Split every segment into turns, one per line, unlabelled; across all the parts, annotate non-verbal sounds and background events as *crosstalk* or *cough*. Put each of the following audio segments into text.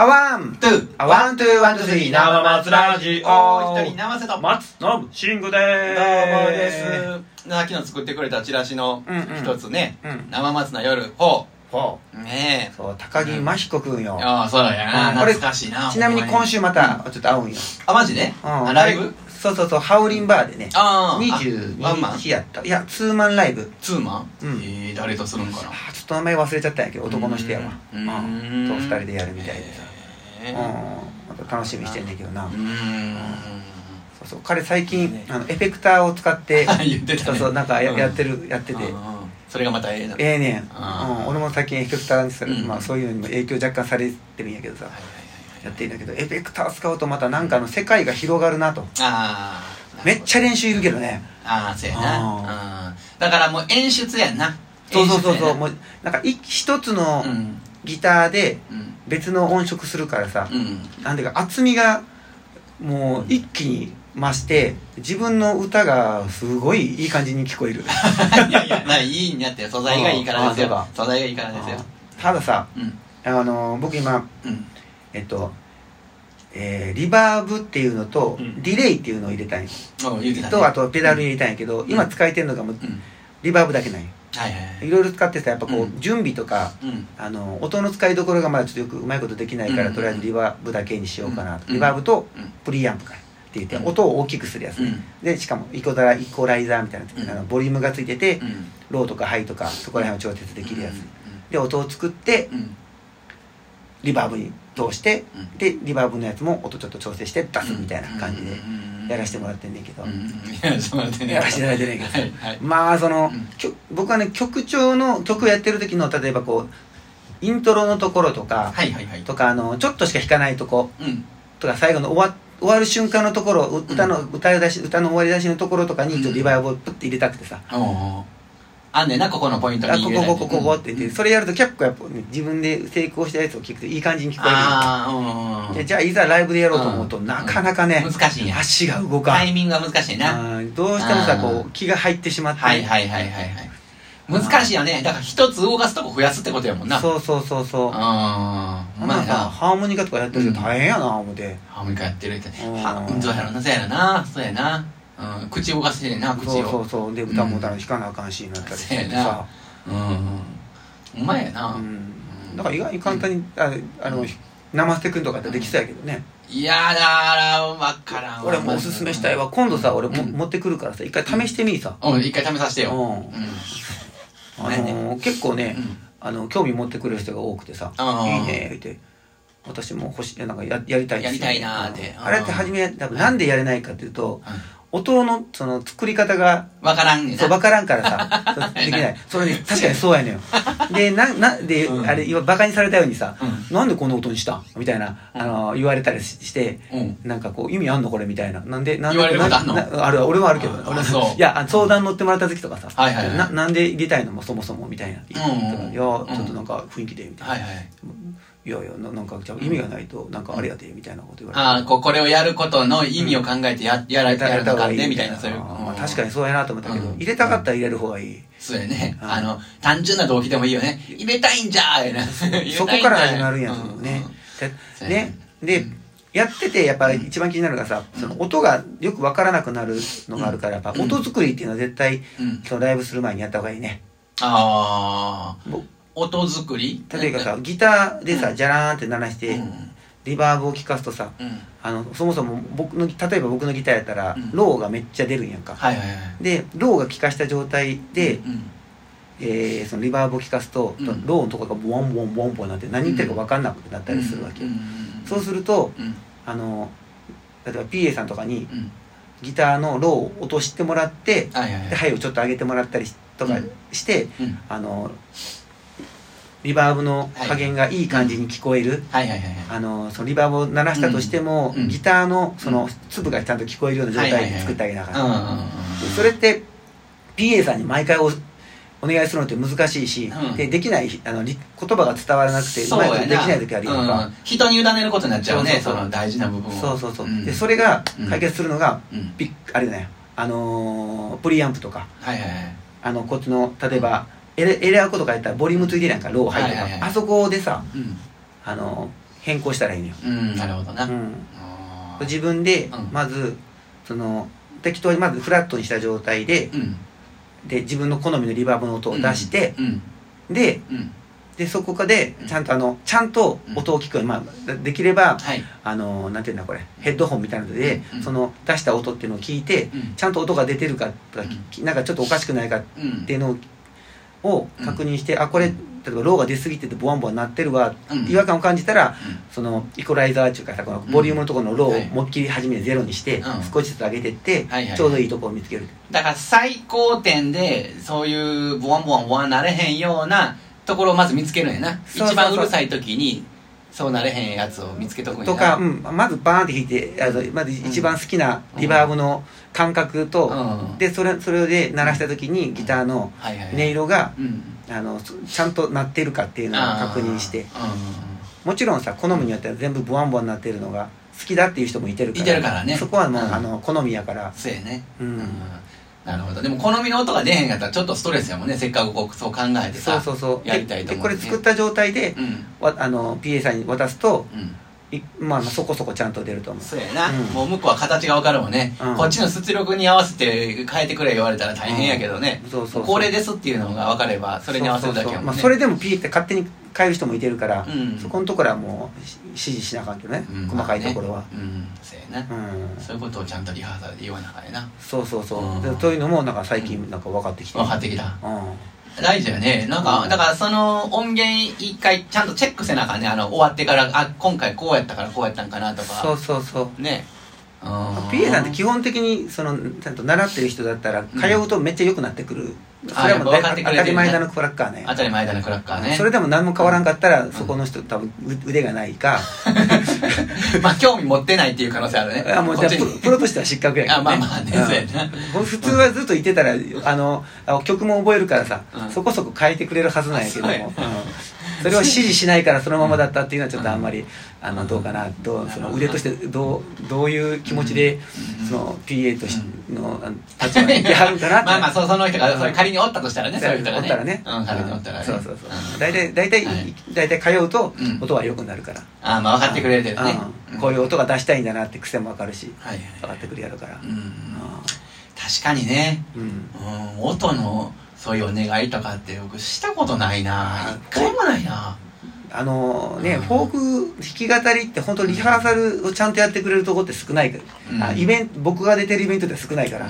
あワン
トゥ
あワントゥーワントゥースリー
生松ラジオ一人生瀬と
松信慎吾で
どう
ー
もですな昨日作ってくれたチラシの
うんうん
一つね
うん
生松の夜4
ほ
ね
うそう高木真彦くんよ
えああそうだよな
これ
懐かしいな
ちなみに
ほんま
今週またちょっと会うんよ
あマジで
うん
あライブ
そうそうそうハウリンバーでね
ああワンマ
22
ン
日やったいやツーマンライブ
ツーマン
うん
ええ誰とするんかな
あちょっと名前忘れちゃったんやけど男の人やわ
うん
うんと二人でやるみたいでさう
へ
ん
え
また楽しみにしてんだけどな
う
そうそう彼最近
ね
あのエフェクターを使って
ーん言ってたね
そうそうなんかや
う
やってるやってて
うんうんそれがまたええな
ええねん、
あー
うん、俺も最近エフェクターにする、
うん
まあ、そういうのにも影響若干されてるんやけどさ、
はいはいはいはい
やってるんだけどエフェクター使うとまたなんかあの世界が広がるなと
ああ
めっちゃ練習いるけどね
ああそうや
あ
なうんだからもう演出やんな
そうそうそうそう
演出や
もうなんか一一つの
なうん
ギターで
うん
別の音色するからさ、
うん *laughs*
なんていうか厚みがもう一気に増して自分の歌がすごいいい感じに聞こえる
いやいやないいんやって素材がいいからです
あーあー
よ
そ
素材がいいからですよ
たださ
うん
あの僕今
うん
えっと、えーリバーブっていうのと、
うん
ディレイっていうのを入れたい
お言うてたね
とあとペダル入れたいんやけど、
ん
今使えてるのがもう
うん
リバーブだけない
はいはいはい
いろいろ使ってさやっぱこう、
うん
準備とか
うん
あの音の使いどころがまだちょっとよくうまいことできないから、
うん
とりあえずリバーブだけにしようかなと、
うん
リバーブと
うん
プリアンプからって言って、
うん
音を大きくするやつ、
うん
でしかもイコダライコライザーみたいなやつ、
うん
あのボリュームがついてて、
うん
ローとかハイとかそこら辺を調節できるやつ、
う
で音を作って
んうん
リバーブに通して、
うん
でリバーブのやつも音ちょっと調整して出すみたいな感じでやらせて
せ
もらってんねんけど、
やらせてもらってね
やらせてもらってねえけど
はいはい
まあその、
うん
きょ僕はね曲調の曲をやってる時の例えばこうイントロのところとか、
はいはいはい
とかあのちょっとしか弾かないとこ
うん
とか最後の終わ終わる瞬間のところう歌の、歌い出し歌の終わり出しのところとかにちょっとリバイブをプッて入れたくてさ、
おうおうあんねんなここのポイント
あ
に
こ
入れ
こ
た
こ
り
こここって言って、
うん
それやると結構やっぱ、ね、自分で成功したやつを聞くといい感じに聞こえ
ああうんうんうん
るでじゃあいざライブでやろうと思うと、
うん
なかなかね、
難しいんや
足が動か
タ
ん、
イミングが難しいな
うんどうしてもさ
あー
こう気が入ってしまって、
はいはいはいはいはい難しいよねだから一つ動かすとこ増やすってことやもんなう
そうそうそうそう
ああ
ま
ま
あ
あ
さ
な
ハーモニカとかやってるけど大変やな思って、
ハーモニカやってるって
うん
はうんそうやろなそうやろなそうやなうん口動かしてんな口を
そうそうそうで
ん
歌も歌の弾かなあかんしになったりしてさ、
うんうんうまいやな、
うん、だから意外に簡単に、ああの生瀬くんとかってできそうやけどね、
いやだから分からん
俺もおすすめしたいわ今度さ俺も、持ってくるからさ一回試してみいさ、
うん一回試させて
うん
ようん
あのー結構ね、
うん
あの興味持ってくれる人が多くてさ「
あー
いいね」言って。私も欲しいなんかややりたいんですよ
やりたいなーって
うんあれって初め多分なんでやれないかっていうと、音のその作り方が
分からんねんな
そう、わからんから
*laughs*
さ、そうできない。それね、確かにそうやねんよ。で、な、な、で、
うん
あれ、今、バカにされたようにさ、
う
なんでこんな音にしたんみたいな、あの、言われたりしして、
うん
なんかこう、意味あんのこれみたいな。なんで、なんで、
言われることあんの
ななある、俺はあるけど
あ、
俺
あそう
いや、あ相談乗ってもらった時とかさ、
はいはいはい
な、なんで入れたいのもそもそもみたいな。
うんうん
いや、ちょっとなんか雰囲気で、みたいな。
はいはい
いやいや、ななんか、じゃあ意味がないと、なんかあれやで、みたいなこと言われて。
ああ、こうこれをやることの意味を考えてや、やられた
や
や
れた
らな
方
か
が
ん
いい
ね、
み
み
たい
たい
な
な、そういう。
まあ確か
に。
にそうやなと思ったけど、
うん
入れたかったら入れる方がいい。
そうやね。
うん
あの、単純な動機でもいいよね。入れたいんじゃーやな。
そこから始まるんやと思うね。
うんうん
でねで、やっててやっぱり一番気になるのがさ、その音がよくわからなくなるのがあるから、やっぱ
うん
音作りっていうのは絶対、
うん。うん
そのライブする前にやった方がいいね。
ああ、
ぼ
音作り
例えば、さ、ギターでさ、じゃらーんって鳴らし
うん
て、リバーブを聞かすとさ、
うん。
あの、そもそも僕の、例えば僕のギターやったら
う、ん
ローがめっちゃ出るんやんか。
はいはいはい。
で、ローが聞かした状態で、
うん、
えーそのリバーブを聞かすと、
うん
ローのとこがボワンボワンボワンボワンなって何言ってるか分かんなくなったりするわけよ、
うん
そうすると
うん。
あの例えば PA さんとかに
うん。
ギターのローを落としてもらって、
はいはい
で
はい。
ハイをちょっと上げてもらったりとか
うん
して、
うん
あのリバーブの加減がいい感じに聞こえる、
はいはいはいはい。
あのそのリバーブを鳴らしたとしても、
うんうん
ギターのそうの粒がちゃんと聞こえるような状
はいは
態
いは
で
い
作ってあげながら、
うんうんうんうん。
それって PA さんに毎回おお願いするのって難しいし、
うん
でできないあのり言葉が伝わらなくてう
そう
まい
や
こ
な
とできない時あるやんか、
うん人に委ねることになっちゃうね、
そうそうそう
その大事な部分を。
そうそうそう、
ん
でそれが解決するのが、
うん。
ビッあれだよあのープリアンプとか
はいはいはい。
あのこっちの例えば、エレエレアコとかやったらボリュームついてるやんかロー入ってとか、
はいはいはい
あそこでさ
うん。
あのー変更したらいいのよ、
うんなるほどな、
うん、
あー
自分で
うん
まずその適当にまずフラットにした状態で
うん
で自分の好みのリバーブの音を出して、
うん
で
うん
でそこかで
うん
ちゃんとあのちゃんと音を聞くように、まあ、できれば
はい
あのなんていうんだこれヘッドホンみたいなので、
うん
その出した音っていうのを聞いて
うん
ちゃんと音が出てるかとか、きなんかちょっとおかしくないかっ
うん
ていうのをを確認して、あこれ例えばローが出過ぎててボワンボワン鳴ってるわ、
うん
違和感を感じたら
うん
そのイコライザーっていうかさこのボリュームのところのロ
は
ー
い
をもっきり始めてゼロにして、
うん
少しずつ上げてって、
はいはい
ちょうどいいところを見つける
だから最高点でそういうボワンボワンボワンなれへんようなところをまず見つけるんやな
そうそうそう
一番うるさい時にそうなれへんやつを見つけとくんやな
とか、うん、まずバーンって弾いてあのまず一番好きなリバーブの感覚
うん
と、
は
でそれそれで鳴らした時にギターの
いはいはい
音色が
うん
あのそちゃんと鳴ってるかっていうのを確認して
あー
もちろんさ好みによっては全部ボワンボワン鳴ってるのが好きだっていう人もいてるから
いてるからね
そこはもう、
うん
あの好みやから
うんそうやね
うん
なるほどでも好みの音が出へんかったらちょっとストレスやもんねせっかくこうそう考えて
そう
さ
そうそう
やりたいと思う
ででこれ作った状態で
うん
わあの PA さんに渡すと
うん
いまあまあそこそこちゃんと出ると思う
そうやな、
うん
もう向こうは形が分かるもんね、
うん
こっちの出力に合わせて変えてくれ言われたら大変やけどね、
そうそうそう
これですっていうのが分かればそれに合わせるだけやもんね
そうそうそうまあ、それでも PA って勝手に変える人もいてるから、
うん
そこのところはもうし指示しなあかんけどね、
うん
細かいところは、
うんそうやな、
うん
そういうことをちゃんとリハーサルで言わなあかんやな
そうそうそう、
うん
でそういうのもなんか最近なんか分かってきて、うん
分かってきた大事やねなんか、
うん
だからその音源一回ちゃんとチェックせなあかんねあの終わってからあ今回こうやったからこうやったんかなとか
そうそうそう
ねうん
PA なんて基本的にそのちゃんと習ってる人だったら通うとめっちゃ良くなってくる、それはもう
あや
だ
っ
い
ぱ分かってくれ
当た
てるね
り前だのクラッカーね
当たり前だのクラッカーね
それでも何も変わらんかったら、
ん
そこの人多分う腕がないか、
まあ興味持ってないっていう可能性あるね
あもうじゃあ
こっち
プ
に
ロプロとしては失格やけど、ね、
あまあまあね
うん
そうやな
僕普通はずっといてたらあのあ曲も覚えるからさ、
うん
そこそこ変えてくれるはずなんやけども、
あそうや
うんそれを指示しないからそのままだったっていうのはちょっとあんまり、あのどうかなどうその腕としてどうどういう気持ちで、その PA としてのあの立場にいてはるんかなって
*laughs* まあまあそうその人がそれ仮におったとしたらね、そういう人
お
が
っ
ね
たらね、
うん仮におったらね
そうそうそう、
ん
大体大体、
はい
大体通うと
うん
音は良くなるから、
ああまあ分かってくれてるね、
うん
うん
こういう音が出したいんだなって癖も分かるし
はいはい
分かってくるやろから、
うん確かにね、
うん
うん、音のそういうお願いとかって僕したことないな一回もないな
あのね、
うん
フォーク弾き語りって本当リハーサルをちゃんとやってくれるとこって少ないから、
うん
あイベント僕が出てるイベントって少ないから、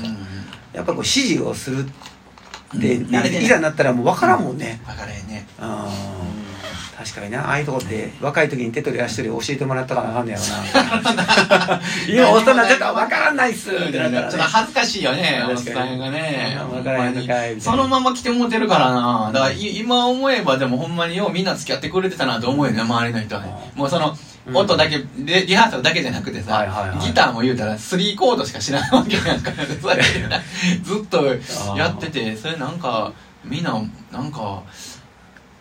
やっぱこう指示をするって、
うん慣れてない
いざになったらもう分からんもんね、
分からへんね
うん確かになああいうとこって若い時に手取り足取り教えてもらったからあかんねやろ
*laughs*
な今大人になっちゃったら分からないっすってなった
ちょ
らね
っと恥ずかしいよねおっ
確か
さ
に
んがね
あ分からへんのかいみたいな
そのまま来てもうてるからなだからい今思えばでもほんまにようみんな付き合ってくれてたなと思うよね周りの人はねもうその
うん
音だけ、リリハーサルだけじゃなくてさ、
はいはいはい
ギターも言うたら3コードしか知らないわけや
*laughs*
からねそうやってなずっとやっててそれなんかみんななんか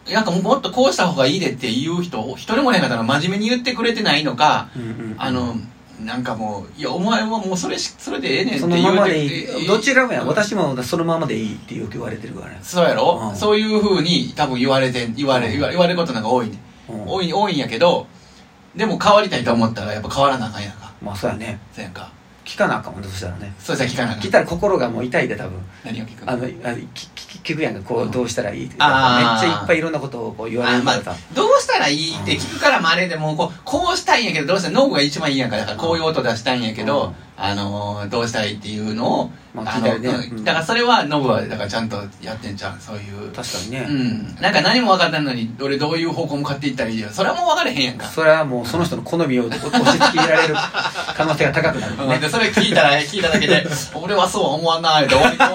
なんかもっとこうした方がいいでって言う人一人もいなかったら真面目に言ってくれてないのか、
うんうん
あのなんかもう「いやお前はもうそれしそれでええねん」って
その
言
ま
う
ま
て
でいいどちらもや私もそのままでいいってよく言われてるからね、
そうやろ、
うん
そういうふうに多分言われて言われ言われ言われることなんか多いね、
うん
多い多いんやけどでも変わりたいと思ったらやっぱ変わらなあかんやんか
まあそうやね
そうやんか
聞かなあかんもんねそしたらね
そうじゃ聞かなあかん
聞いたら心がもう痛いで多分
何を聞く
あのあきき聞くやんかこ
うん
うどうしたらいいと
あ
か
ー
めっちゃいっぱいいろんなことをこう言われ
あ
る
ま
から
あ
さ、
どうしたらいいって聞くからまああれでもこうこうしたいんやけどどうしたら脳が一番いいやんかだからこういう音出したいんやけど、
うん
あのーどうしたらいいっていうのを、
まあ
あの
聞いたよね
うん
うん
だからそれはノブはだからちゃんとやってんじゃんそういう
確かにね、
うん、なんか何も分かったのに俺どういう方向向かっていったらいいよそれはもう分かれへんやんか、
それはもうその人の好みを押し付けら
*laughs*
れる可能性が高くなるもん
うん、
ね
でそれ聞いたら聞いただけで俺はそうは思わんないって思い込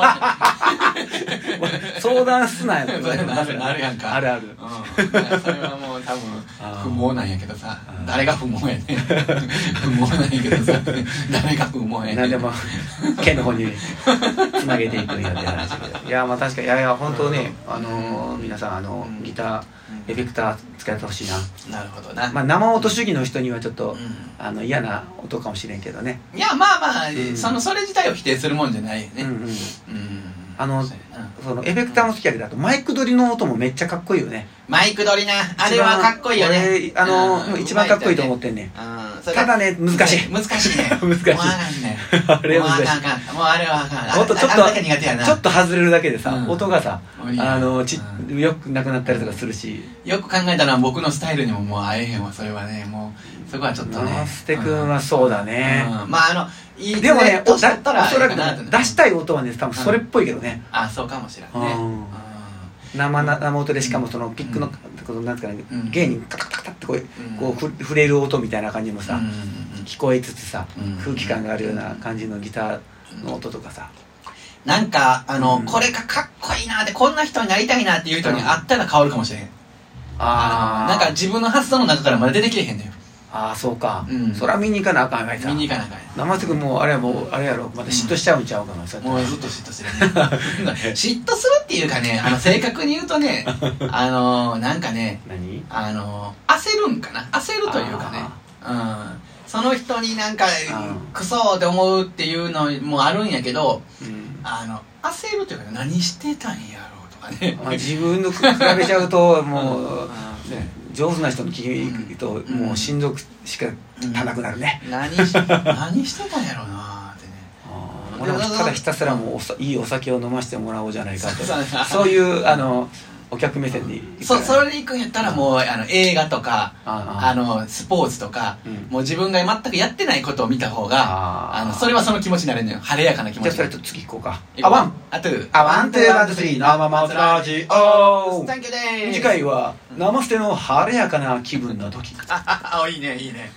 相談すなよ
*laughs* まれへんなるやんか
あるある
うん、だからそれはもう多分
あー
不毛なんやけどさ
あー
誰が不毛
*laughs*
やねん不毛なんやけどさ誰が不毛やねん
何でも県の方につなげていくんやって話だけどいやまあ確かにいやいや本当ね、あのー皆さんあの
うん
ギターエフェクター使ってほしいな、
なるほどな、
まあ、生音主義の人にはちょっと、
う
あの嫌な音かもしれんけどね
んいやまあまあ、
うん
そのそれ自体を否定するもんじゃないよ
うん
ね
うん
うん
あの
そうやな
そのエフェクターも好きやけどあとマイク取りの音もめっちゃかっこいいよね
マイク取りなあれはかっこいいよね
一番俺あの、
うん
一番かっこいいと思ってんねん
うんそれ
ただね難しい
難しいね
*laughs* 難しい
もうあかんね
あれは
もうあ
難しい
かんあかんもうあれはあかん
もっとちょっ
あ
と
あんだけ苦手やな
ちょっと外れるだけでさ、
うん
音がさ
いいや
あのち
う
よくなくなったりとかするし、
よく考えたら僕のスタイルにももう会えへんわそれはねもうそこはちょっとね
ノステ君はそうだね、
うんまああのいい
でもね
年
おだ
取ったら
おそらく
あれかなと
出したい音はね多分それっぽいけどね、
あそうかもしれんね
うん
うん
生な生音でしかもそのピックの、
うん
このなんていうか
う
ね
ん
芸人カタカタカタってこう,、
ん
こうふ触れる音みたいな感じもさ、
うんうん
聞こえつつさ、
うん
空気感があるような感じのギターの音とかさ、
なんかあの、
うん
これがかっこいいなってこんな人になりたいなっていう人に会ったら変わるかもしれへんあのなんか自分の発想の中からまだ出てきてへんのよ
ああそうか、
うん
そりゃ見に行かなあかんあかんさ
見に行かなあかんやん
生瀬君もうあれやもうあれやろまた嫉妬しちゃうんちゃうかな、そうやって
もうずっと嫉妬してるね *laughs* 嫉妬するっていうかねあの正確に言うと *laughs* ねあのなんかね
何
あの焦るんかな焦るというかねうんその人になんか
ん
クソって思うっていうのもあるんやけど
うん
あの焦るというか何してたんやろうとか *laughs* ね
まあ、自分の比べちゃうともう、
*laughs* うん
ね、上手な人の聞くと、
うん
もうしんどくしか足なくなるね、
何し何してたんやろうなー *laughs* ってね
あー俺もただひたすらもうおさいいお酒を飲ませてもらおうじゃないかと
*laughs* そうそうそう
そういうあのお客目線で
そそれで行くんやったらもうあの映画とかあ
あ
のスポーツとか
うん
もう自分が全くやってないことを見た方が
あ
あのそれはその気持ちになれるのよ晴れやかな
じ
気持
ゃあ
ち
それと次行こうか
行
あ
こう
ワン
あと
あワンツーワンツースリー生松ラジオ
サンキューでーす
次回は「生捨ての晴れやかな気分の時」
あああいいねいいね